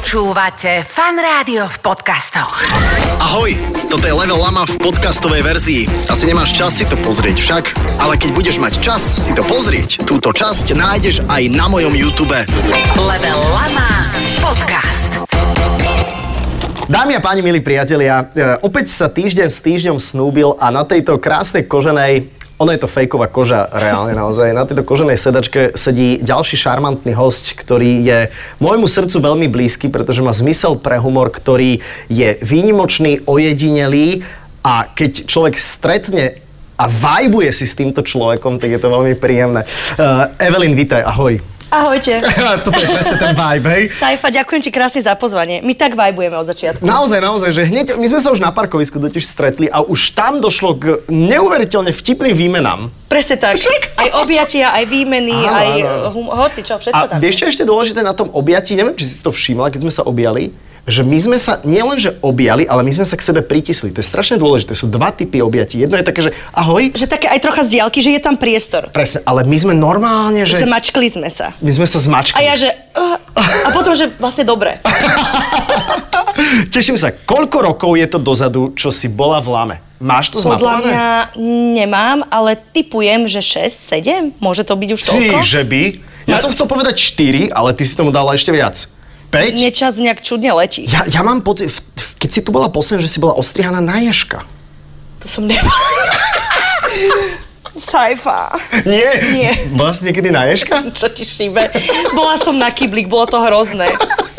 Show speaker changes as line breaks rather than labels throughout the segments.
Počúvate Fan Rádio v podcastoch.
Ahoj, toto je Level Lama v podcastovej verzii. Asi nemáš čas si to pozrieť však, ale keď budeš mať čas si to pozrieť, túto časť nájdeš aj na mojom YouTube.
Level Lama Podcast.
Dámy a páni, milí priatelia, e, opäť sa týždeň s týždňom snúbil a na tejto krásnej koženej ono je to fejková koža, reálne naozaj. Na tejto koženej sedačke sedí ďalší šarmantný host, ktorý je môjmu srdcu veľmi blízky, pretože má zmysel pre humor, ktorý je výnimočný, ojedinelý a keď človek stretne a vajbuje si s týmto človekom, tak je to veľmi príjemné. Uh, Evelyn, vítaj, ahoj.
Ahojte.
Toto je presne ten vibe, hej?
Sajfa, ďakujem ti krásne za pozvanie. My tak vibujeme od začiatku.
Naozaj, naozaj, že hneď, my sme sa už na parkovisku totiž stretli a už tam došlo k neuveriteľne vtipným výmenám.
Presne tak. Aj objatia, aj výmeny,
Áno,
aj eh,
áno.
hum- hoci čo, všetko
A
tam.
vieš, čo je ešte dôležité na tom objatí, neviem, či si si to všimla, keď sme sa objali, že my sme sa nielenže objali, ale my sme sa k sebe pritisli. To je strašne dôležité. Sú dva typy objatí. Jedno je také, že ahoj,
Že také aj trocha z diálky, že je tam priestor.
presne, ale my sme normálne, že
Zmačkli sme sa.
my sme sa zmačkali.
A ja, že... "Ah." a potom, že vlastne dobre.
Teším sa, koľko rokov je to dozadu, čo si bola v lame? Máš to
Podľa
zmapované?
mňa nemám, ale typujem, že 6, 7. Môže to byť už
Ty,
toľko?
že by? Ja som chcel povedať 4, ale ty si tomu dala ešte viac. 5?
Mne čas nejak čudne letí.
Ja, ja mám pocit, v- v- keď si tu bola posledná, že si bola ostrihaná na ježka.
To som nemala. Sajfa.
Nie.
Nie.
Bola si niekedy na ježka?
Čo ti šíbe? Bola som na kyblík, bolo to hrozné.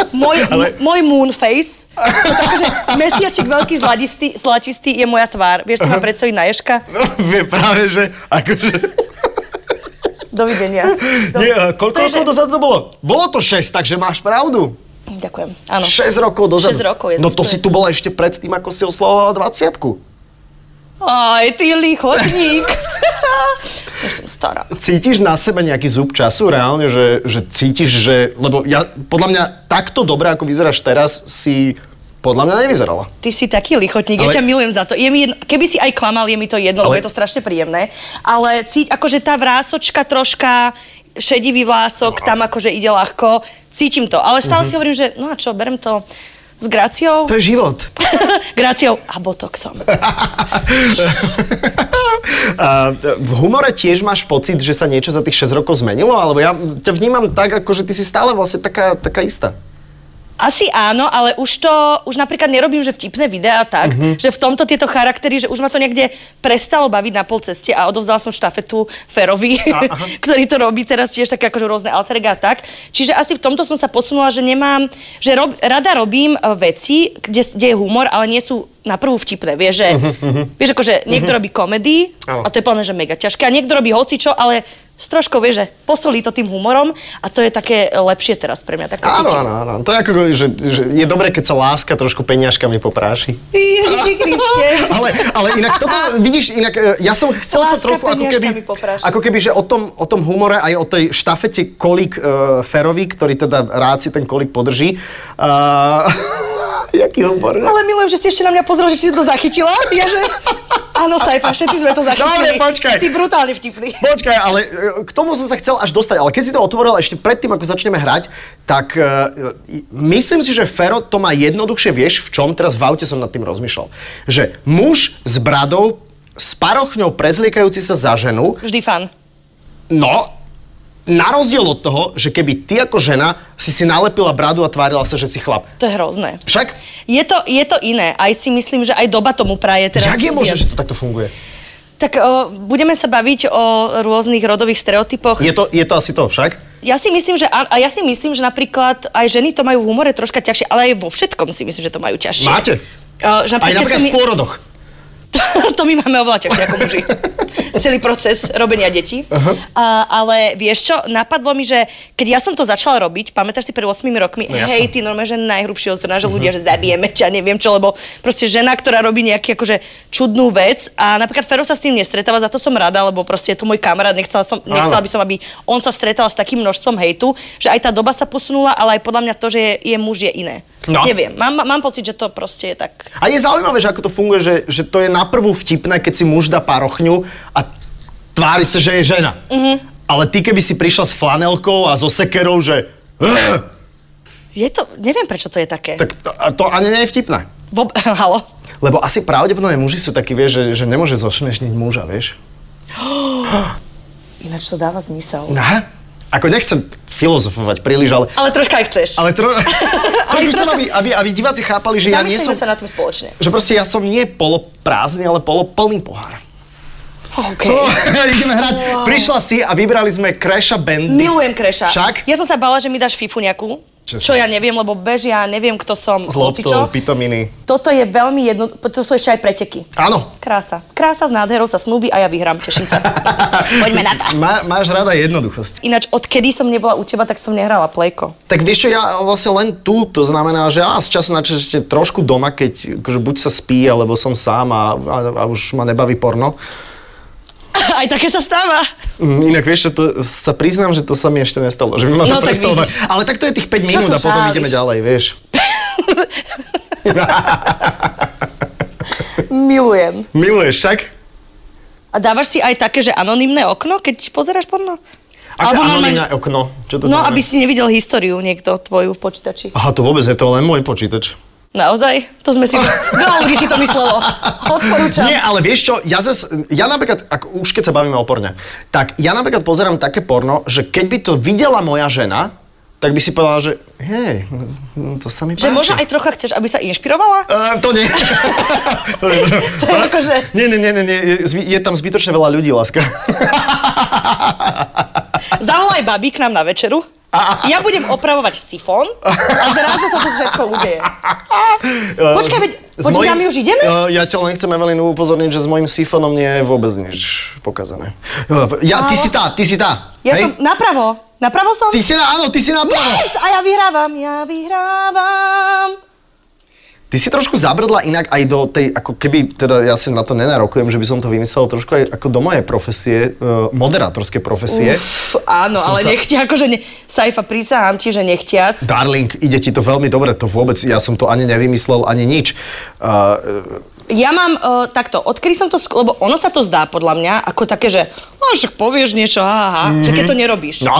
Môj,
Ale-
Ale... môj moonface, takže mesiačik veľký zlatistý, zlatistý je moja tvár. Vieš si ma predstaviť na Ježka?
No, vie, práve, že akože...
Dovidenia. Do...
Nie, a koľko
To je,
rokov
že-
dozadu to bolo? Bolo to 6, takže máš pravdu.
Ďakujem, áno.
6 rokov dozadu.
Šesť rokov je to,
No to
to je.
si tu bola ešte predtým, ako si oslavovala 20
Aj, ty lichotník. Už som stará.
Cítiš na sebe nejaký zub času reálne, že, že cítiš, že... Lebo ja, podľa mňa takto dobre, ako vyzeráš teraz, si podľa mňa nevyzerala.
Ty si taký lichotník,
Ale-
ja ťa milujem za to. Je mi jedno, keby si aj klamal, je mi to jedno, lebo
Ale-
je to strašne príjemné. Ale cíť, akože tá vrásočka troška, šedivý
No.
vlások, tam akože ide ľahko. Cítim to, ale stále si hovorím, že no a čo, berem to s graciou,
Mhm. To je život.
graciou a botoxom.
A v humore tiež máš pocit, že sa niečo za tých 6 rokov zmenilo? Alebo ja ťa vnímam tak, ako že ty si stále vlastne taká, taká istá.
Asi áno, ale už to, už napríklad nerobím, že vtipné videá tak,
Mhm.
že v tomto tieto charaktery, že už ma to niekde prestalo baviť na pol ceste a odovzdala som štafetu Ferovi, ktorý to robí teraz tiež také akože rôzne alterga a tak. Čiže asi v tomto som sa posunula, že nemám, že rob, rada robím e, veci, kde, kde je humor, ale nie sú na prvú vtipné, vieš, že, vieš, akože niekto robí komedy
Mhm, Áno.
a to je podľa mňa, že mega ťažké a niekto robí hocičo, ale s troškou, vieš, že posolí to tým humorom a to je také lepšie teraz pre mňa, tak to
Áno,
cítim.
áno, áno. To je ako, že, že je dobré, keď sa láska trošku peniažkami popráši.
Ježiši Kriste.
Ale, ale inak toto, vidíš, inak e, ja som chcel sa
Láska
trochu ako keby,
peniažkami popráši.
ako keby, že o tom, o tom humore aj o tej štafete kolík uh, Ferovi, ktorý teda rád si ten kolík podrží. Uh, jaký humor.
Ale milujem, že ste ešte na mňa pozreli, že či si to zachytila. Ja, že... Áno, Sajfa, všetci sme to
Dobre,
zachytili.
počkaj.
Si brutálne vtipný.
Počkaj, ale e, k tomu som sa chcel až dostať, ale keď si to otvoril ešte predtým, ako začneme hrať, tak uh, myslím si, že Fero to má jednoduchšie, vieš v čom, teraz v aute som nad tým rozmýšľal, že muž s bradou, s parochňou prezliekajúci sa za ženu,
Vždy fan.
no, na rozdiel od toho, že keby ty ako žena si si nalepila bradu a tvárila sa, že si chlap.
To je hrozné.
Však?
Je to, je to iné. Aj si myslím, že aj doba tomu praje teraz.
Jak je
viac.
možné, že to takto funguje?
Tak o, budeme sa baviť o rôznych rodových stereotypoch.
Je to, je to asi to však?
Ja si myslím, že a, a ja si myslím, že napríklad aj ženy to majú v humore troška ťažšie, ale aj vo všetkom si myslím, že to majú ťažšie.
Máte?
O, že
Aj
napríklad, keď
napríklad
sa
v pôrodoch.
To, to my máme oveľa ťažšie ako muži. Celý proces robenia detí. A, ale vieš čo, napadlo mi, že keď ja som to začala robiť, pamätáš si pred 8 rokmi,
No
no, Mhm.
jasné.
hej, ty normálne, že najhrubšie ozrna, že ľudia, že zabijeme ťa, neviem čo, lebo proste žena, ktorá robí nejaký akože čudnú vec a napríklad Fero sa s tým nestretáva, za to som rada, lebo proste je to môj kamarát, nechcela, som, nechcela
Áno.
by som, aby on sa stretal s takým množstvom hejtu, že aj tá doba sa posunula, ale aj podľa mňa to, že je, je muž, je iné.
No.
Neviem, mám, mám pocit, že to proste je tak...
A je zaujímavé, že ako to funguje, že, že to je na prvú vtipné, keď si muž dá parochňu a tvári sa, že je žena.
Mhm.
Ale ty, keby si prišla s flanelkou a so sekerou, že... "Eh,
Je to, neviem prečo to je také. Tak...
Tak to, a to ani nie je vtipné.
Bob, halo.
Lebo asi pravdepodobne muži sú takí, vieš, že, že nemôže zošmešniť muža, vieš.
Ináč to dáva zmysel.
Aha. Ako nechcem filozofovať príliš, ale...
Ale troška aj chceš.
Ale tro... trošku chcem,
troška-
aby, aby, aby diváci chápali, že ja nie
Zamyslíme
som...
sa na tým spoločne.
Že proste ja som nie poloprázdny, ale poloplný pohár.
OK.
Oh. Ideme hrať. Prišla si a vybrali sme Crasha Bandy.
Milujem Kreša.
Však?
Ja som sa bala, že mi dáš fifu nejakú.
Čo
Čo,
si-
ja neviem, lebo bežia, neviem, kto som.
S loptou,
hocičo.
pitominy.
Toto je veľmi jedno... To sú ešte aj preteky.
Áno.
Krása. Krása s nádherou sa snúbi a ja vyhrám, teším sa. Poďme na to.
Má, máš rada jednoduchosť.
Ináč, odkedy som nebola u teba, tak som nehrala plejko.
Tak vieš čo, ja vlastne len tu, to znamená, že á, z času na čas ešte trošku doma, keď akože buď sa spí, alebo som sám a, a, a už ma nebaví porno.
Aj také sa stáva.
Mm, Inak vieš čo, to sa priznám, že to sa mi ešte nestalo, že by ma to
No, tak
prestalo
vidíš.
baviť. Ale tak to je tých 5
Čo
minút
tu
a potom
žáliš?
ideme ďalej, vieš.
Milujem.
Miluješ, však?
A dávaš si aj také, že anonimné okno, keď pozeráš porno?
Aké
normálne-
anonimné okno? Čo to
No,
znamená?
aby si nevidel históriu niekto tvoju v počítači.
Aha, to vôbec je to len môj počítač.
Naozaj? To sme si... Veľa ľudí si to myslelo. Odporúčam.
Nie, ale vieš čo, ja, zas, ja napríklad, ak, už keď sa bavíme o porne, tak ja napríklad pozerám také porno, že keď by to videla moja žena, tak by si povedala, že hej, no, to sa mi
Že
páči.
možno aj trocha chceš, aby sa inšpirovala?
Uh, to nie. to nie.
To je akože...
Nie, nie, nie, nie, nie. Je, zby- je tam zbytočne veľa ľudí, láska.
Zavolaj babi k nám na večeru. Ja budem opravovať sifón a zrazu sa to všetko udeje. Počkaj, veď- počkaj, a my už ideme?
Uh, ja ťa len chcem Evelinu upozorniť, že s mojim sifonom nie je vôbec nič pokazané. Ja, ty
Áno.
si tá, ty si tá.
Ja
hej?
som napravo. Napravo som.
Ty si na, áno, ty si na
Yes! A ja vyhrávam, ja vyhrávam.
Ty si trošku zabrdla inak aj do tej, ako keby, teda ja si na to nenarokujem, že by som to vymyslel trošku aj ako do mojej profesie, uh, moderátorskej profesie.
Uf, áno,
Som
ale
sa-
nechtia, akože ne... Saifa, prísahám ti, že nechtiac.
Darling, ide ti to veľmi dobre, to vôbec, ja som to ani nevymyslel, ani nič. Uh,
Ja mám uh, takto, odkedy som to, sk- lebo ono sa to zdá podľa mňa ako také, že no, však povieš niečo, aha, mm-hmm. že keď to nerobíš.
no.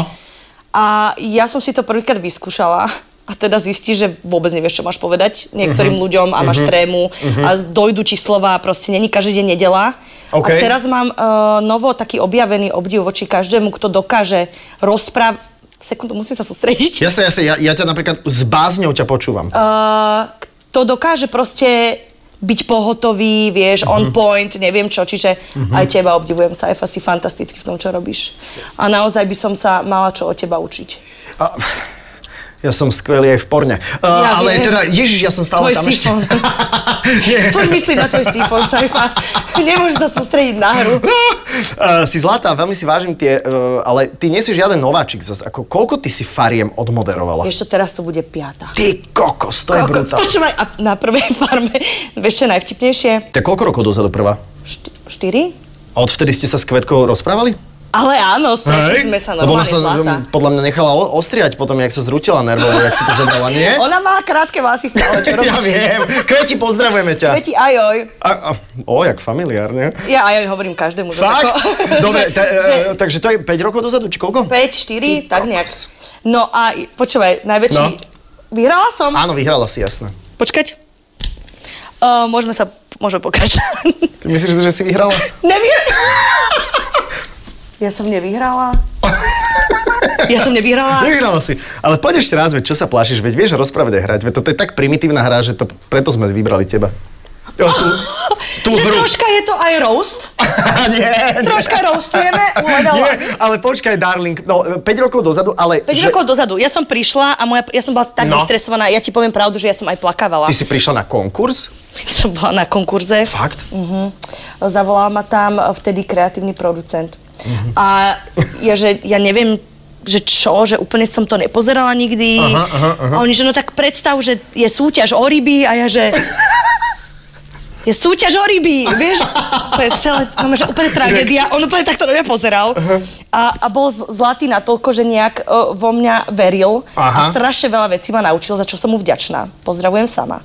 A ja som si to prvýkrát vyskúšala a teda zistíš, že vôbec nevieš, čo máš povedať niektorým
Mhm.
ľuďom a máš trému a z- dojdu ti slova, proste není každý deň nedela.
OK.
A teraz mám uh, novo taký objavený obdiv voči každému, kto dokáže rozpráv... Sekundu, musím sa sústrediť.
Jasne, jasne, ja, ja ťa napríklad s bázňou ťa počúvam. Uh,
Uh, kto dokáže proste byť pohotový, vieš,
Mhm.
on point, neviem čo, čiže aj teba obdivujem, Saifa, si fantasticky v tom, čo robíš. A naozaj by som sa mala čo od teba učiť.
ja som skvelý aj v porne. Uh,
Ja
ale
viem.
teda, ježiš, ja som stále
Tvoj
tam ešte.
sifón.
Nie.
Poď myslím na tvoj sifón, Saifa. Nemôžeš sa sústrediť na hru.
Uh, si zlatá, veľmi si vážim tie, uh, ale ty nie si žiaden nováčik zase. Ako, koľko ty si fariem odmoderovala?
Vieš čo, teraz to bude piata.
Ty kokos, to je
Kokos,
brutál.
Počúvaj, a na prvej farme, vieš čo je najvtipnejšie?
To je koľko rokov dozadu prvá?
Šty- štyri?
A odvtedy ste sa s Kvetkou rozprávali?
Ale áno, stretli sme sa
Lebo ona
normálne,
sa
zlata.
um, podľa mňa nechala o- ostriať potom, jak sa zrutila nervovo, jak si to zobrala, nie?
Ona mala krátke vlasy stále, čo
ja
robíš?
viem. Kveti, pozdravujeme ťa.
Veti, ajoj.
A, a, o, jak familiárne.
Ja aj hovorím každému. že
Fakt?
Ako,
Dobre, ta,
že,
e, takže to je 5 rokov dozadu, či koľko?
5, 4,
kokos.
tak nejak. No a i- počúvaj, najväčší...
No.
Vyhrala som.
Áno, vyhrala si, jasné.
Počkať. Uh, môžeme sa, môžeme pokračovať.
Ty myslíš, že si vyhrala?
Neviem. Ja som nevyhrala. Ja som nevyhrala.
Nevyhrala si. Ale poď ešte raz, veď čo sa plášiš, veď vieš rozprávať a hrať, veď toto je tak primitívna hra, že to, preto sme vybrali teba. Jo, tú, tú
Že
hru.
troška je to aj roast.
nie, nie.
Troška roastujeme no, u levelu.
Nie, ale počkaj, darling, no 5 rokov dozadu, ale...
5
že-
rokov dozadu, ja som prišla a moja, ja som bola tak
No.
vystresovaná, ja ti poviem pravdu, že ja som aj plakávala.
Ty si prišla na konkurs?
Som bola na konkurze.
Fakt?
Mhm. Zavolal ma tam vtedy kreatívny producent.
Mhm.
A ja, že ja neviem, že čo, že úplne som to nepozerala nikdy.
Aha, aha, aha.
A oni, že no tak predstav, že je súťaž o ryby a ja, že... Je súťaž o ryby, vieš? To je celé, no, že úplne tragédia. On úplne takto na mňa pozeral. A, a bol zl- zlatý natoľko, že nejak e, vo mňa veril.
Aha.
A strašne veľa vecí ma naučil, za čo som mu vďačná. Pozdravujem sama.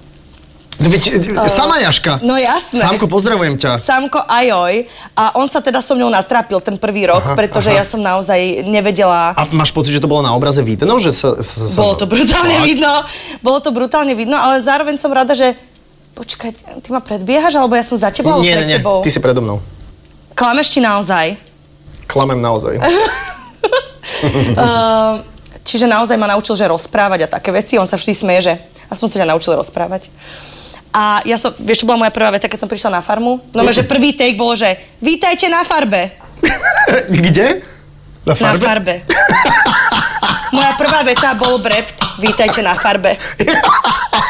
Veď, e, sama Jaška.
No jasné.
Sámko, pozdravujem ťa.
Samko Ajoj a on sa teda so mnou natrapil ten prvý rok,
Aha,
aha, pretože
aha.
aha. ja som naozaj nevedela.
A máš pocit, že to bolo na obraze vidno? Že sa, sa, sa
Bolo to brutálne
Fakt?
vidno, bolo to brutálne vidno, ale zároveň som rada, že počkať, ty ma predbiehaš, alebo ja som za tebou, alebo
Nie,
pred
nie, nie,
tebou.
ty si predo mnou.
Klameš ti naozaj.
Klamem naozaj.
Ehm, čiže naozaj ma naučil, že rozprávať a také veci. On sa vždy smeje, že aspoň sa ťa naučil rozprávať. A ja som, vieš, to bola moja prvá veta, keď som prišla na farmu. No, že prvý take bolo, že vítajte na farbe.
Kde? Na
Na farbe. Moja prvá veta bol brept, vítajte na farbe.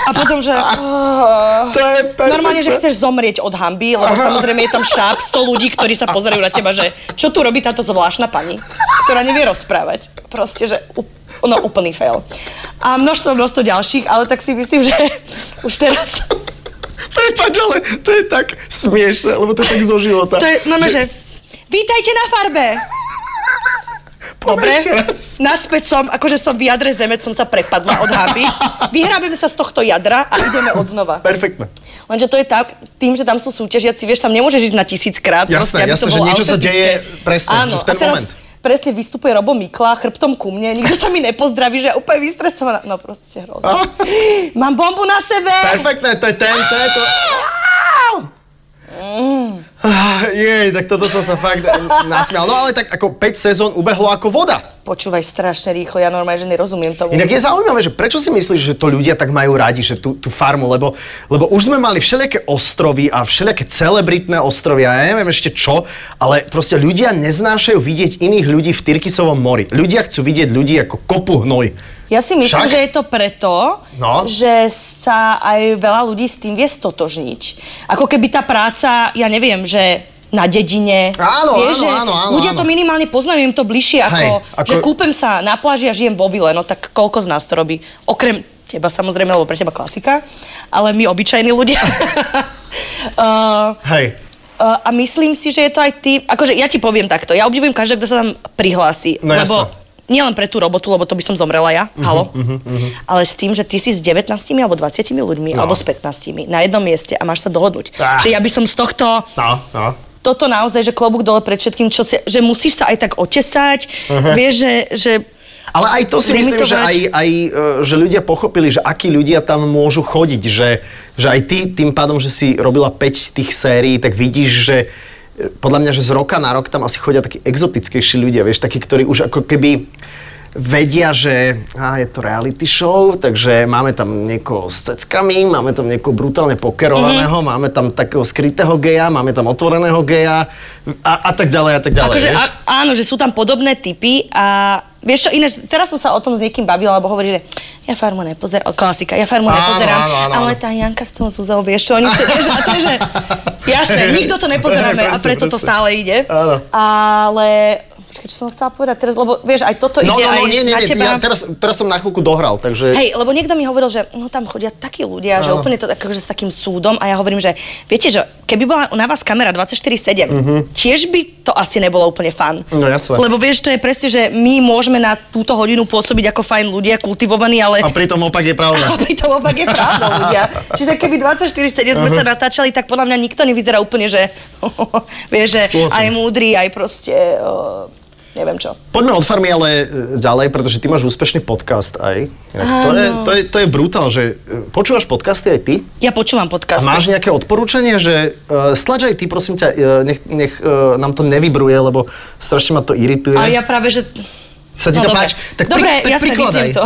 A potom, že... "Oh."
To je perfektné.
Normálne, že chceš zomrieť od hamby, lebo samozrejme je tam štáb 100 ľudí, ktorí sa pozerajú na teba, že čo tu robí táto zvláštna pani, ktorá nevie rozprávať. Proste, že ú- no, úplný fail. A množstvo, množstvo ďalších, ale tak si myslím, že už teraz...
Prepač, ale to je tak smiešne, lebo to je tak zo života.
To je, no, no, že... Vítajte na farbe! Dobre, naspäť som, akože som v jadre zeme, som sa prepadla od hamby. Vyhrábeme sa z tohto jadra a ideme od znova.
Perfektne.
Lenže to je tak, tým, že tam sú súťažiaci, vieš, tam nemôžeš ísť na tisíckrát.
Jasné,
proste, aby
jasné,
to
že
bolo
niečo sa deje
autentické.
presne,
Áno,
že v ten
a teraz
moment.
presne vystupuje Robo Mikla chrbtom ku mne, nikto sa mi nepozdraví, že ja úplne vystresovaná. No
Á.
proste hrozné. Mám bombu na sebe!
Perfektné, to je ten, to je to.
Mm.
Ah, Jej, tak toto som sa fakt nasmial. No ale tak ako 5 sezón ubehlo ako voda.
Počúvaj strašne rýchlo, ja normálne, že nerozumiem tomu.
Inak je zaujímavé, že prečo si myslíš, že to ľudia tak majú radi, že tú, tú farmu, lebo, lebo už sme mali všelijaké ostrovy a všelijaké celebritné ostrovy a ja neviem ešte čo, ale proste ľudia neznášajú vidieť iných ľudí v Tyrkisovom mori. Ľudia chcú vidieť ľudí ako kopu hnoj.
Ja si myslím,
Však?
že je to preto,
No.
že sa aj veľa ľudí s tým vie stotožniť. Ako keby tá práca, ja neviem, že na dedine.
Áno, áno,
vieš, že
áno, áno,
Ľudia
áno.
to minimálne poznajú, im to bližšie
Hej,
ako,
ako-
že kúpem sa na pláži a žijem vo vile. No tak koľko z nás to robí? Okrem teba samozrejme, lebo pre teba klasika, ale my obyčajní ľudia. uh,
Hej.
Uh, a myslím si, že je to aj ty, akože ja ti poviem takto, ja obdivujem každého, kto sa tam prihlási,
No jasné. Mhm,
lebo nielen pre tú robotu, lebo to by som zomrela ja, halo, ale s tým, že ty si s 19 alebo 20 ľuďmi,
No.
alebo s 15 na jednom mieste a máš sa dohodnúť.
Ah.
Že ja by som z tohto,
No, no.
toto naozaj, že klobúk dole pred všetkým, čo si, že musíš sa aj tak otesať, vieš, že, že
Ale aj to si myslím, že, aj,
Limitovať.
aj, e, že ľudia pochopili, že akí ľudia tam môžu chodiť, že, že aj ty tým pádom, že si robila 5 tých sérií, tak vidíš, že e, podľa mňa, že z roka na rok tam asi chodia takí exotickejší ľudia, vieš, takí, ktorí už ako keby vedia, že á, je to reality show, takže máme tam niekoho s ceckami, máme tam niekoho brutálne pokerovaného, mm-hmm. máme tam takého skrytého geja, máme tam otvoreného geja a, a tak ďalej a tak ďalej.
Akože,
vieš?
a, áno, že sú tam podobné typy a vieš čo, ináč, teraz som sa o tom s niekým bavila, lebo hovorí, že ja farmu nepozerám, klasika, ja farmu
Áno,
nepozerám,
áno, áno,
ale
áno.
tá Janka s tou Zuzou, vieš čo, oni sa, vieš, a to je, že, jasné, nikto to nepozeráme a
Presne,
preto to
presne.
stále ide,
Áno.
ale, počkaj, čo som chcela povedať teraz, lebo vieš, aj toto
No,
ide
no, no,
aj
nie, nie,
na
nie, ja
teba.
teraz, teraz som na chvíľku dohral, takže...
Hej, lebo niekto mi hovoril, že no tam chodia takí ľudia, že
Áno.
úplne to akože s takým súdom a ja hovorím, že viete, že keby bola na vás kamera 24-7, tiež by to asi nebolo úplne fan.
Mhm. No, jasné.
Lebo vieš, to je presne, že my môžeme na túto hodinu pôsobiť ako fajn ľudia, kultivovaní, ale...
A pritom opak je
A
pravda.
pritom opak je pravda, ľudia. Čiže keby 24-7 sme
Mhm.
sa natáčali, tak podľa mňa nikto nevyzerá úplne, že vieš, že
Súhlasím.
aj múdry, aj proste, o, neviem čo.
Poďme od farmy ale e, ďalej, pretože ty máš úspešný podcast aj. E, To je, to, je, to je brutál, že e, počúvaš podcasty aj ty?
Ja
A
počúvam podcast.
máš nejaké odporúčanie, že uh, stlač aj ty, prosím ťa, e, nech, nech uh, nám to nevybruje, lebo strašne ma to irituje.
A ja práve, že... No,
Sa ti to
dobre.
páči? Tak pri-
dobre,
tak
jasne,
prikladaj.
vypnem to.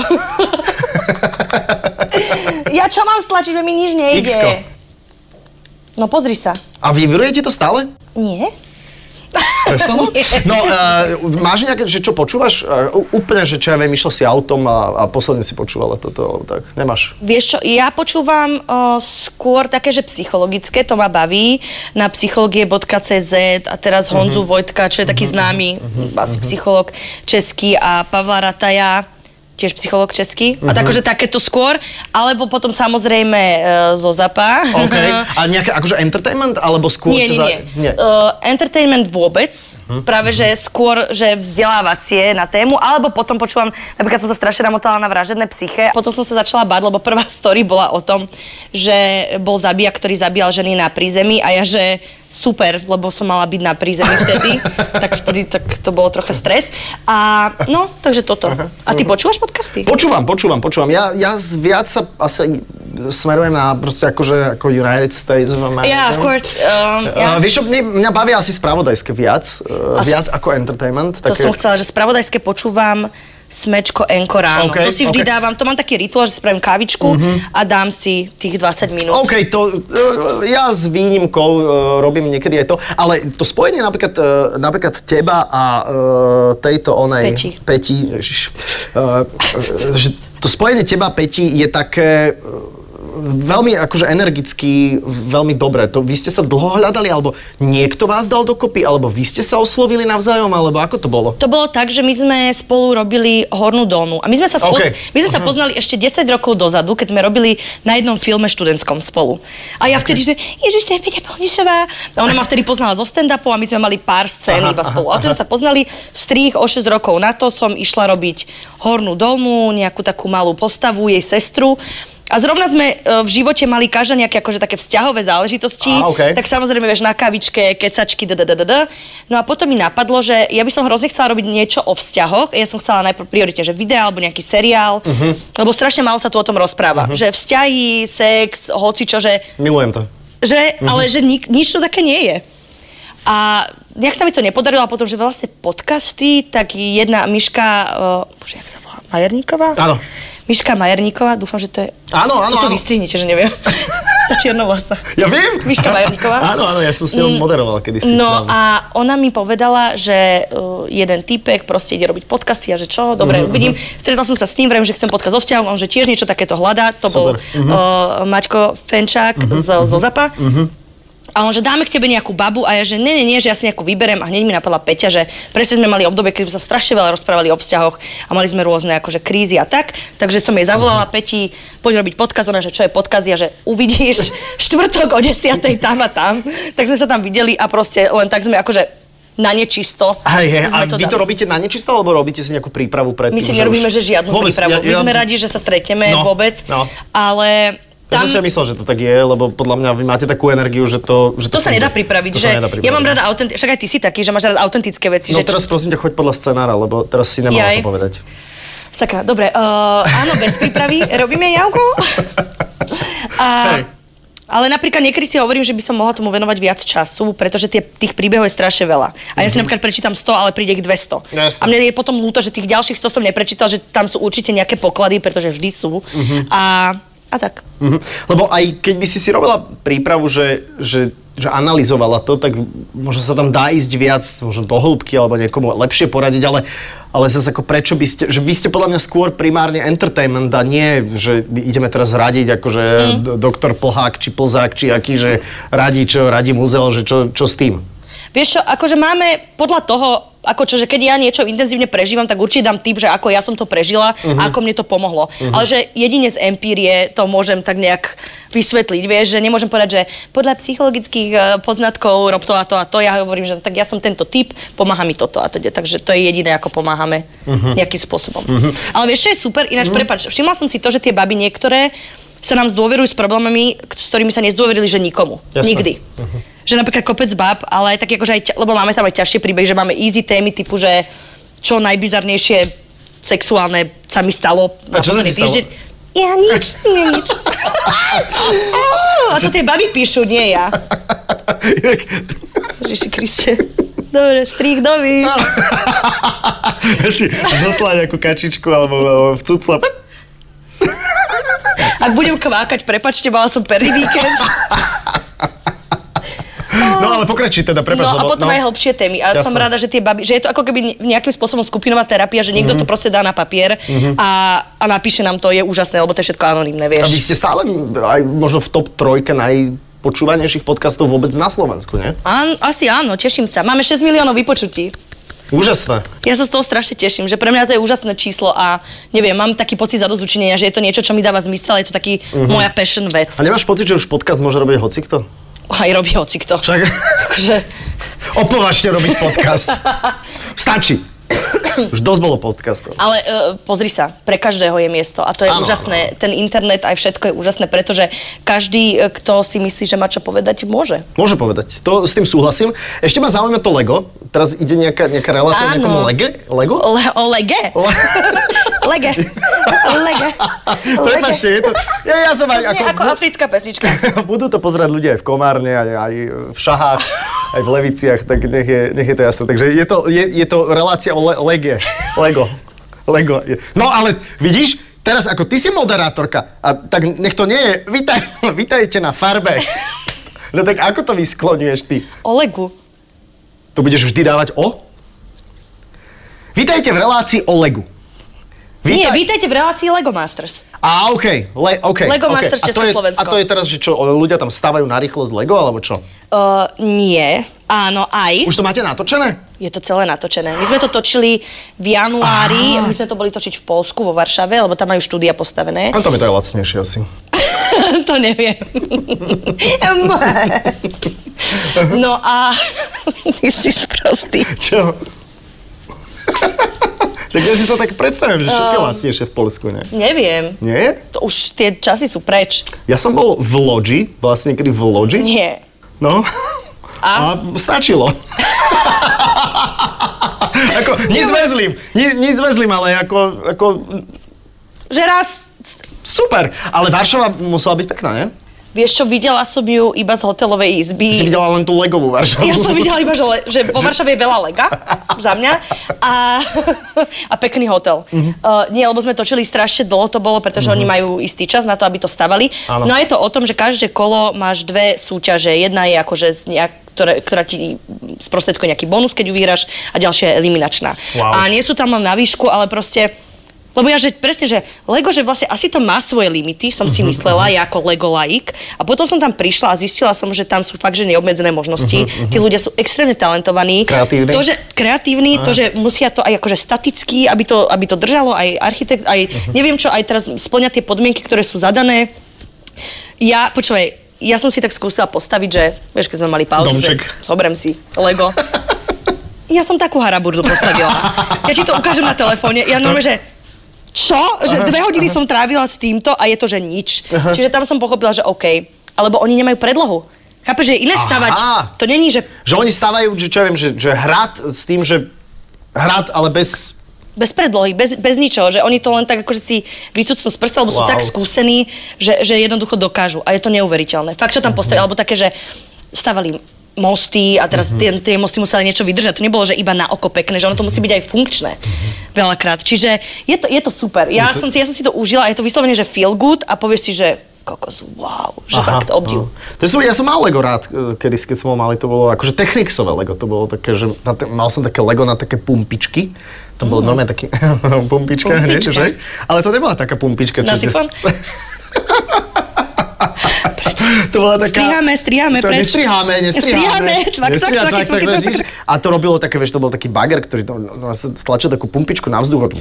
ja čo mám stlačiť, mi nič nejde.
X-ko.
No pozri sa.
A vybruje ti to stále?
Nie?
Prestalo? No, uh, máš nejaké, že čo počúvaš? Uh, úplne, že čo ja viem, išla si autom a, a posledne si počúvala toto, tak nemáš.
Vieš čo, ja počúvam o, skôr také, že psychologické, to ma baví, na psychologie.cz a teraz Honzu Vojtka, čo je taký známy, asi psycholog český a Pavla Rataja. tiež psycholog český. A takože takéto skôr, alebo potom samozrejme e, zo ZAPA.
OK. A nejaké akože entertainment, alebo skôr...
Nie,
čo za-
nie,
Mhm,
nie. Uh, entertainment vôbec, práve že skôr, že vzdelávacie na tému, alebo potom počúvam, napríklad som sa strašne namotala na vražedné psyche, potom som sa začala báť, lebo prvá story bola o tom, že bol zabijak, ktorý zabíjal ženy na prízemí a ja, že super, lebo som mala byť na prízemí vtedy, tak vtedy tak to bolo trocha stres. A no, takže toto. A ty počúvaš podcasty?
Počúvam, počúvam, počúvam. Ja, ja z- viac sa asi smerujem na proste akože ako United States of America.
Yeah, of course. Um,
Uh,
yeah.
vieš čo, mne, mňa bavia asi spravodajské viac, uh,
Asi-
viac ako entertainment.
To som chcela, že spravodajské počúvam smečko enko ráno.
OK,
to si vždy
OK. Mhm.
dávam, to mám taký rituál, že spravím kávičku a dám si tých 20 minút.
OK, to uh, ja s výnimkou uh, robím niekedy aj to, ale to spojenie napríklad, uh, napríklad teba a uh, tejto onej...
Peti.
Peti, ježiš, uh, uh, že to spojenie teba, Peti, je také uh, veľmi akože energický, veľmi dobré. To, vy ste sa dlho hľadali, alebo niekto vás dal dokopy, alebo vy ste sa oslovili navzájom, alebo ako to bolo?
To bolo tak, že my sme spolu robili Hornú dolnú. A my sme sa, spolu,
OK. Mhm.
my sme sa poznali ešte 10 rokov dozadu, keď sme robili na jednom filme študentskom spolu. A ja vtedy, že Ježiš, to je Peťa Polnišová. A ona ma vtedy poznala zo stand-upov a my sme mali pár scén
Aha,
iba
aha,
spolu. A odtedy sa poznali strých o 6 rokov. Na to som išla robiť Hornú dolnú, nejakú takú malú postavu, jej sestru. A zrovna sme e, v živote mali každá nejaké akože také vzťahové záležitosti,
Á, OK.
tak samozrejme, vieš, na kavičke, kecačky, da, da, da, da, da. No a potom mi napadlo, že ja by som hrozne chcela robiť niečo o vzťahoch. Ja som chcela najprv prioritne, že video alebo nejaký seriál,
Mhm.
lebo strašne málo sa tu o tom rozpráva. Že vzťahy, sex, hocičo, že,
Milujem to.
že
Mhm.
ale že nik, nič to také nie je. A nejak sa mi to nepodarilo a potom, že vlastne podcasty, tak jedna Miška, uh, bože, jak sa volá, Majerníková?
Áno.
Miška Majerníková, dúfam, že to je...
Áno, áno,
Toto
áno.
vystrihnite, že neviem. tá čiernovlasa.
Ja viem!
Miška Majerníková.
Áno, áno, ja som si ho moderoval kedysi.
No
dávno.
a ona mi povedala, že uh, jeden typek proste ide robiť podcasty a že čo, dobre,
Mhm,
uvidím. Stretla som sa s ním, vrem, že chcem podcast so vzťahom, on že tiež niečo takéto hľadá, to bol
Super. Mhm.
uh, Maťko Fenčák z, zo ZAPA. A on, že dáme k tebe nejakú babu a ja, že nie, nie, nie, že ja si nejakú vyberem a hneď mi napadla Peťa, že presne sme mali obdobie, keď sme sa strašne veľa rozprávali o vzťahoch a mali sme rôzne akože krízy a tak, takže som jej zavolala
Mhm.
Peti, poď robiť podkaz, ona, že čo je podkaz, ja, že uvidíš štvrtok o 10. tam a tam, tak sme sa tam videli a proste len tak sme akože na nečisto.
Hej, hej, a
sme
vy to
dali.
robíte na nečisto, alebo robíte si nejakú prípravu predtým?
My si nerobíme, že žiadnu prípravu. My sme radi, že sa stretneme
No,
vôbec,
no.
ale
Tam... Ja
tam...
som si myslel, že to tak je, lebo podľa mňa vy máte takú energiu, že to... Že
To sa
funguje.
nedá pripraviť,
To
že
sa nedá pripraviť.
ja mám rada autentické, však aj ty si taký, že máš rada autentické veci,
No
že
teraz prosím ťa, choď podľa scenára, lebo teraz si nemala
Jaj.
to povedať.
Sakra, dobre, uh, áno, bez prípravy, robíme javko. A,
Hej.
ale napríklad niekedy si hovorím, že by som mohla tomu venovať viac času, pretože tie, tých príbehov je strašne veľa. A ja si napríklad prečítam 100, ale príde ich 200.
Mhm. Jasne.
A mne je potom ľúto, že tých ďalších 100 som neprečítal, že tam sú určite nejaké poklady, pretože vždy sú. A, a tak.
Mhm. Lebo aj keď by si si robila prípravu, že, že, že analyzovala to, tak možno sa tam dá ísť viac, možno do hĺbky, alebo niekomu lepšie poradiť, ale, ale zase ako prečo by ste, že vy ste podľa mňa skôr primárne entertainment a nie, že ideme teraz radiť akože
Mhm.
mm. doktor Plhák či Plzák či aký, že radí čo, radí múzeo, že čo, čo s tým.
Vieš čo, akože máme podľa toho, ako čo, že keď ja niečo intenzívne prežívam, tak určite dám tip, že ako ja som to prežila a ako mne to pomohlo. Ale že jedine z empírie to môžem tak nejak vysvetliť, vieš, že nemôžem povedať, že podľa psychologických eh, poznatkov rob to a to a to, ja hovorím, že tak ja som tento typ, pomáha mi toto a teda. Takže to je jediné, ako pomáhame nejakým spôsobom. Ale vieš, čo je super, ináč prepač, všimla som si to, že tie baby niektoré sa nám zdôverujú s problémami, k- s ktorými sa nezdôverili, že nikomu.
Jasné.
Nikdy. Že napríklad kopec bab, ale aj tak akože aj, ťa- lebo máme tam aj ťažšie príbehy, že máme easy témy typu, že čo najbizarnejšie sexuálne sa mi stalo
A čo sa ti
posledný
stalo?
Ja nič, nie nič. A to tie baby píšu, nie ja. Ježiši Kriste. No. Dobre, strých doby.
Ešte zotla nejakú kačičku alebo, alebo vcucla.
Ak budem kvákať, prepačte, mala som perný víkend.
No ale pokračuj teda, prepáč.
no a
lebo-
potom aj hlbšie témy. A som
Jasné.
rada, že tie babi, že je to ako keby ne- nejakým spôsobom skupinová terapia,
Mhm.
že niekto to proste dá na papier a, a napíše nám to, je úžasné, lebo to je všetko
A
anonimné,
vy
vieš.
ste stále aj možno v top trojke najpočúvanejších podcastov vôbec na Slovensku, nie?
An, asi áno, teším sa. Máme 6 miliónov vypočutí.
Úžasné.
Ja sa z toho strašne teším, že pre mňa to je úžasné číslo a neviem, mám taký pocit zadozučenia, že je to niečo, čo mi dáva zmysel, a je to taký
Mhm.
moja passion vec.
A nemáš pocit, že už podcast môže robiť hocikto?
Aj robí hocikto.
Však
Takže,
opovažte robiť podcast. Stačí. Už dosť bolo podcastov.
ale e, pozri sa, pre každého je miesto a to je
Áno,
úžasné. Ten internet aj všetko je úžasné, pretože každý, e, kto si myslí, že má čo povedať, môže.
Môže povedať, to s tým súhlasím. Ešte ma zaujíma to Lego. Teraz ide nejaká, nejaká relácia o
Áno.
nejakom lege, Lego?
Le- o lege. Lege. Lege.
Prepačte, je to... Ja, ja som aj...
Ako, ako africká pesnička.
budú to pozerať ľudia aj v Komárne, aj, aj v Šahách, aj v Leviciach, tak nech je, nech je to jasné. Takže je to, je, je to relácia o le- lege. Lego. Lego. je. No ale vidíš, teraz ako ty si moderátorka, a tak nech to nie je... Vítaj, vítajte na farbe. No tak ako to vyskloňuješ ty?
O legu.
To budeš vždy dávať o? Vítajte v relácii o legu.
Nie, vítajte v relácii Lego Masters.
Á, OK, le, OK.
Lego
OK.
Masters
A to je-
Československo.
A to je teraz, že čo, ľudia tam stávajú na rýchlosť Lego, alebo čo?
Uh, nie. Áno, aj.
Už to máte natočené?
Je to celé natočené. My sme to točili v januári, my sme to boli točiť v Polsku, vo Varšave, lebo tam majú štúdia postavené.
A tam je to aj lacnejšie asi.
to neviem. no a... Ty si sprostý.
Čo? tak ja si to tak predstavím, že
Ehm.
všetko je lacnejšie v Polsku, ne?
Neviem.
Nie?
To už tie časy sú preč.
Ja som bol v Lodži, vlastne kedy v Lodži.
Nie.
No. A
A?
stačilo. ako, nič zväzlím, ni, nič zväzlím, ale ako, ako,
Že raz
super. Ale Varšava musela byť pekná, ne?
Vieš čo, videla som ju iba z hotelovej izby.
Si videla len tú legovú Varšavu.
Ja som videla iba, že, le, že vo Varšave je veľa lega, za mňa, a, a pekný hotel.
Mhm.
Uh, nie, lebo sme točili strašne dlho to bolo, pretože oni majú istý čas na to, aby to stavali.
Áno.
No a je to o tom, že každé kolo máš dve súťaže. Jedna je akože z nejak, ktoré, ktorá ti sprostredkuje nejaký bonus, keď ju vyhráš, a ďalšia je eliminačná.
Wow.
A nie sú tam len na výšku, ale proste lebo ja, že presne, že Lego, že vlastne asi to má svoje limity, som
Mhm,
si myslela, ja ako Lego laik. A potom som tam prišla a zistila som, že tam sú fakt, že neobmedzené možnosti. Tí ľudia sú extrémne talentovaní.
Mhm, Kreatívni.
To, že kreatívni, to, že musia to aj akože staticky, aby to, aby to držalo, aj architekt, aj
Mhm.
neviem čo, aj teraz splňa tie podmienky, ktoré sú zadané. Ja, počúvaj, ja som si tak skúsila postaviť, že, vieš, keď sme mali pauzu,
Domček.
že zoberiem si Lego. Ja som takú haraburdu postavila. Ja ti to ukážem na telefóne. Ja normálne, že čo? Že dve hodiny som trávila s týmto a je to, že nič. Čiže tam som pochopila, že OK. Alebo oni nemajú predlohu. Chápeš, že je iné
Aha.
stavať. To není, že
Že oni stávajú, že čo ja viem, že, že hrad s tým, že hrad, ale bez...
bez predlohy, bez, bez ničoho, že oni to len tak akože si vycucnú z prsta, lebo sú
Wow.
tak skúsení, že, že jednoducho dokážu. A je to neuveriteľné. Fakt, čo tam
Mhm.
postavili, alebo také, že stavali mosty a teraz tie, tie mosty museli niečo vydržať. To nebolo, že iba na oko pekné, že ono
Mhm.
to musí byť aj funkčné veľakrát. Čiže je to, je to super. Ja,
Je to-
Som si, ja som si to užila, je to vyslovene, že feel good a povieš si, že kokos, wow, že Aha, fakt obdiv.
aha. To som, ja som mal Lego rád, e, kedy keď som ho mali, to bolo akože techniksové Lego, to bolo také, že na te, mal som také Lego na také pumpičky, to bolo normálne také pumpička, hneď,
Mhm. Pumpička.
že? Ale to nebola taká pumpička.
Na
ste-
sifón?
To bola taká...
Strihame, strihame,
to
preč.
Nestriháme, nestriháme.
Strihame, cvak, cvak,
Nestriháme,
cvak, cvak, cvak,
vidíš? A to robilo také, vieš, to bol taký bager, ktorý to, no, sa tlačil takú pumpičku na vzduch a to,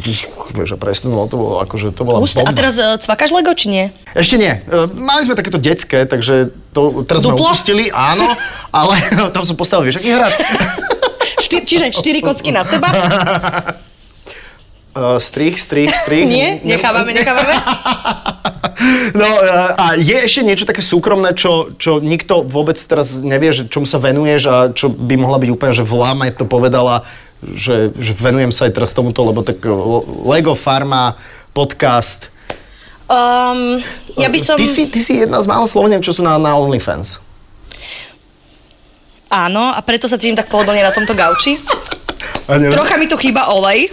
vieš, a presunulo, to bolo akože, to bola
Husté.
bomba.
A teraz e, cvakáš Lego, či nie?
Ešte nie. E, Mali sme takéto detské, takže to teraz sme
Duplo?
upustili, áno, ale tam som postavil, vieš, aký hrad? E,
Šty, čiže štyri kocky na seba?
Uh, strich, strich, strich.
Nie? Nechávame, nechávame.
No e, a je ešte niečo také súkromné, čo, čo nikto vôbec teraz nevie, že čomu sa venuješ a čo by mohla byť úplne, že vláma to povedala, že, že venujem sa aj teraz tomuto, lebo tak e, Lego Farma, podcast. E,
Um, ja by som...
Ty si, ty si jedna z mála Sloveniek, čo sú na, na OnlyFans.
Áno, a preto sa cítim tak pohodlne na tomto gauči.
A neviem-
Trocha mi tu chýba olej,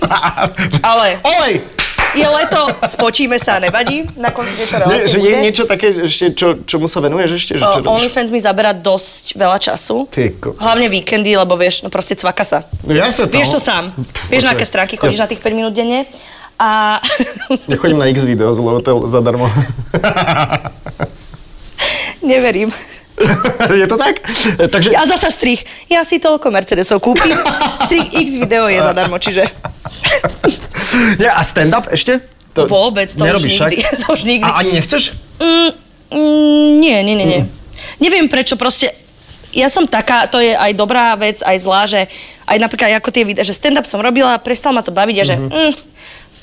ale
Olej!
je leto, spočíme sa, nevadí. Na konci tejto
Nie,
relácie
že je
bude.
niečo také, že ešte, čo, čomu sa venuješ ešte? Že
O,
čo robíš?
OnlyFans mi zabera dosť veľa času.
Ty kokos.
Hlavne víkendy, lebo vieš, no proste cvaka sa.
No ja sa to-
Vieš to sám.
Pff,
vieš, na
počkaj.
aké stránky chodíš
Ja-
na tých 5 minút denne. A
Ja chodím na X videos, lebo to je zadarmo.
neverím.
je to tak? E, Takže...
A zasa strich. Ja si toľko Mercedesov kúpim. Strich X video je zadarmo, čiže...
Nie, a stand-up ešte?
Vôbec, to už
nerobíš,
nikdy,
však?
to už nikdy.
A ani nechceš?
Mm, mm, nie, nie, nie, nie. Neviem prečo, proste ja som taká, to je aj dobrá vec, aj zlá, že aj napríklad ako tie videá, že stand-up som robila, prestal ma to baviť a že mm,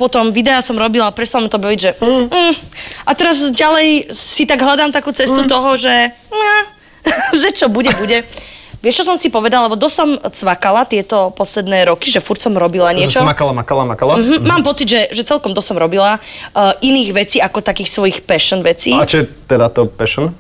potom videá som robila, prestal ma to baviť, že mm. Mm, a teraz ďalej si tak hľadám takú cestu toho, že mm, že čo bude, bude. Vieš, čo som si povedala, lebo dosť som cvakala tieto posledné roky, že furt som robila niečo.
Že som makala, makala, makala.
Mhm, Mám pocit, že, že celkom to som robila uh, iných vecí ako takých svojich passion vecí.
A čo je teda to passion?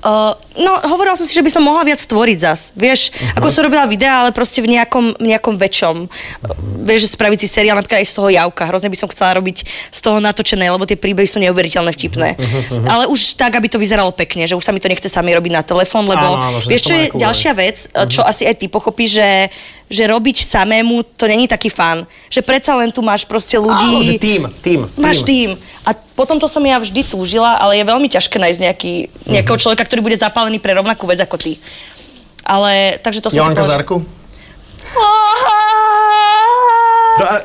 Uh, no, hovorila som si, že by som mohla viac tvoriť zas.
Mhm.
Vieš, uh-huh. ako som robila videá, ale proste v nejakom, v nejakom väčšom. Uh,
Mhm.
vieš, že spraviť si seriál napríklad aj z toho javka. Hrozne by som chcela robiť z toho natočené, lebo tie príbehy sú neuveriteľne vtipné.
Mhm,
Uh-huh. Ale už tak, aby to vyzeralo pekne, že už sa mi to nechce sami robiť na telefón, lebo
Áno, áno, že
vieš,
to
čo
má Mhm.
je
takú
ďalšia vec, uh, čo asi aj ty pochopíš, že že robiť samému, to není taký fan. Že predsa len tu máš proste ľudí...
Áno, že tým, tým, tým.
Máš tým. A potom to som ja vždy túžila, ale je veľmi ťažké nájsť nejaký,
Mhm.
nejakého človeka, ktorý bude zapálený pre rovnakú vec ako ty. Ale, takže to som
Johanka
povedala, že-
Zarku? Tá-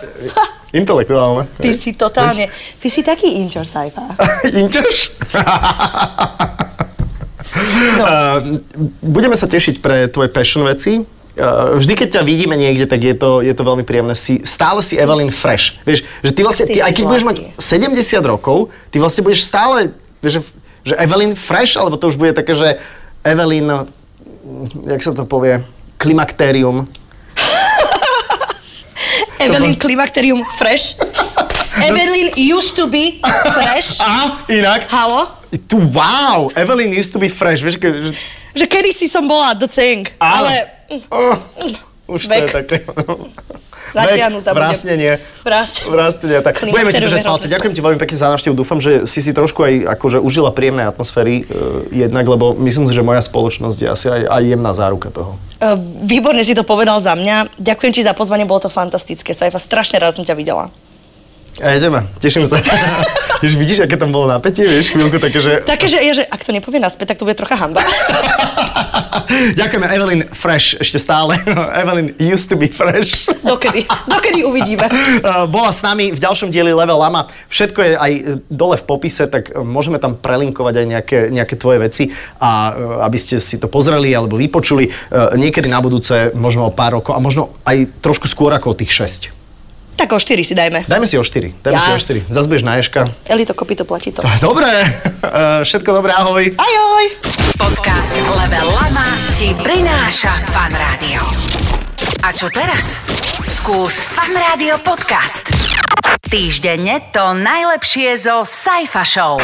Intelektuálne.
Ty si totálne, ty si taký inčor sajfa.
Inťaž? No. budeme sa tešiť pre tvoje passion veci. Uh, vždy, keď ťa vidíme niekde, tak je to, je to veľmi príjemné. Si, stále si Evelyn Fresh. Vieš, že ty vlastne,
Ty
ty,
si
aj keď budeš mať
zlatý.
70 rokov, ty vlastne budeš stále, vieš, že, že Evelyn Fresh, alebo to už bude také, že Evelyn, no, jak sa to povie, klimakterium.
Evelyn Klimakterium Fresh. Evelyn used to be fresh.
A inak,
Halo?
tu wow, Evelyn used to be fresh, vieš, ke, že,
Že kedy si som bola the thing,
Áno.
ale
oh, už to
Vek.
je také. no.
Natiahnutá
Vek,
bude.
vrásnenie.
Vrás-
Vrásnenie, tak.
Klimakterium
Budeme ti držať
je
palce.
hrozné.
Ďakujem ti veľmi pekne za návštevu. Dúfam, že si si trošku aj akože užila príjemné atmosféry eh, jednak, lebo myslím si, že moja spoločnosť je asi aj, aj jemná záruka toho.
eh, výborne si to povedal za mňa. Ďakujem ti za pozvanie, bolo to fantastické. Sajfa, strašne rád som ťa videla.
A ideme, teším sa. Už vidíš, aké tam bolo napätie, vieš, chvíľku také, že...
Také, že, ja, že ak to nepovie naspäť, tak to bude trocha hamba.
Ďakujeme, Evelyn Fresh, ešte stále. Evelyn used to be fresh.
Dokedy? Dokedy uvidíme.
Eh, bola s nami v ďalšom dieli Level Lama. Všetko je aj eh, dole v popise, tak eh, môžeme tam prelinkovať aj nejaké, nejaké tvoje veci a eh, aby ste si to pozreli alebo vypočuli eh, niekedy na budúce, možno o pár rokov a možno aj trošku skôr ako o tých 6.
Tak o 4 si dajme.
Dajme si o 4. Dajme si o
Jas.
4. Zas budeš na Ježka.
Eli to kopí, to platí to.
Dobre, eh, všetko dobré, ahoj.
Ajoj!
Podcast Level Lama ti prináša Fan Rádio. A čo teraz? Skús Fan Rádio podcast. Týždenne to najlepšie zo Saifa Show.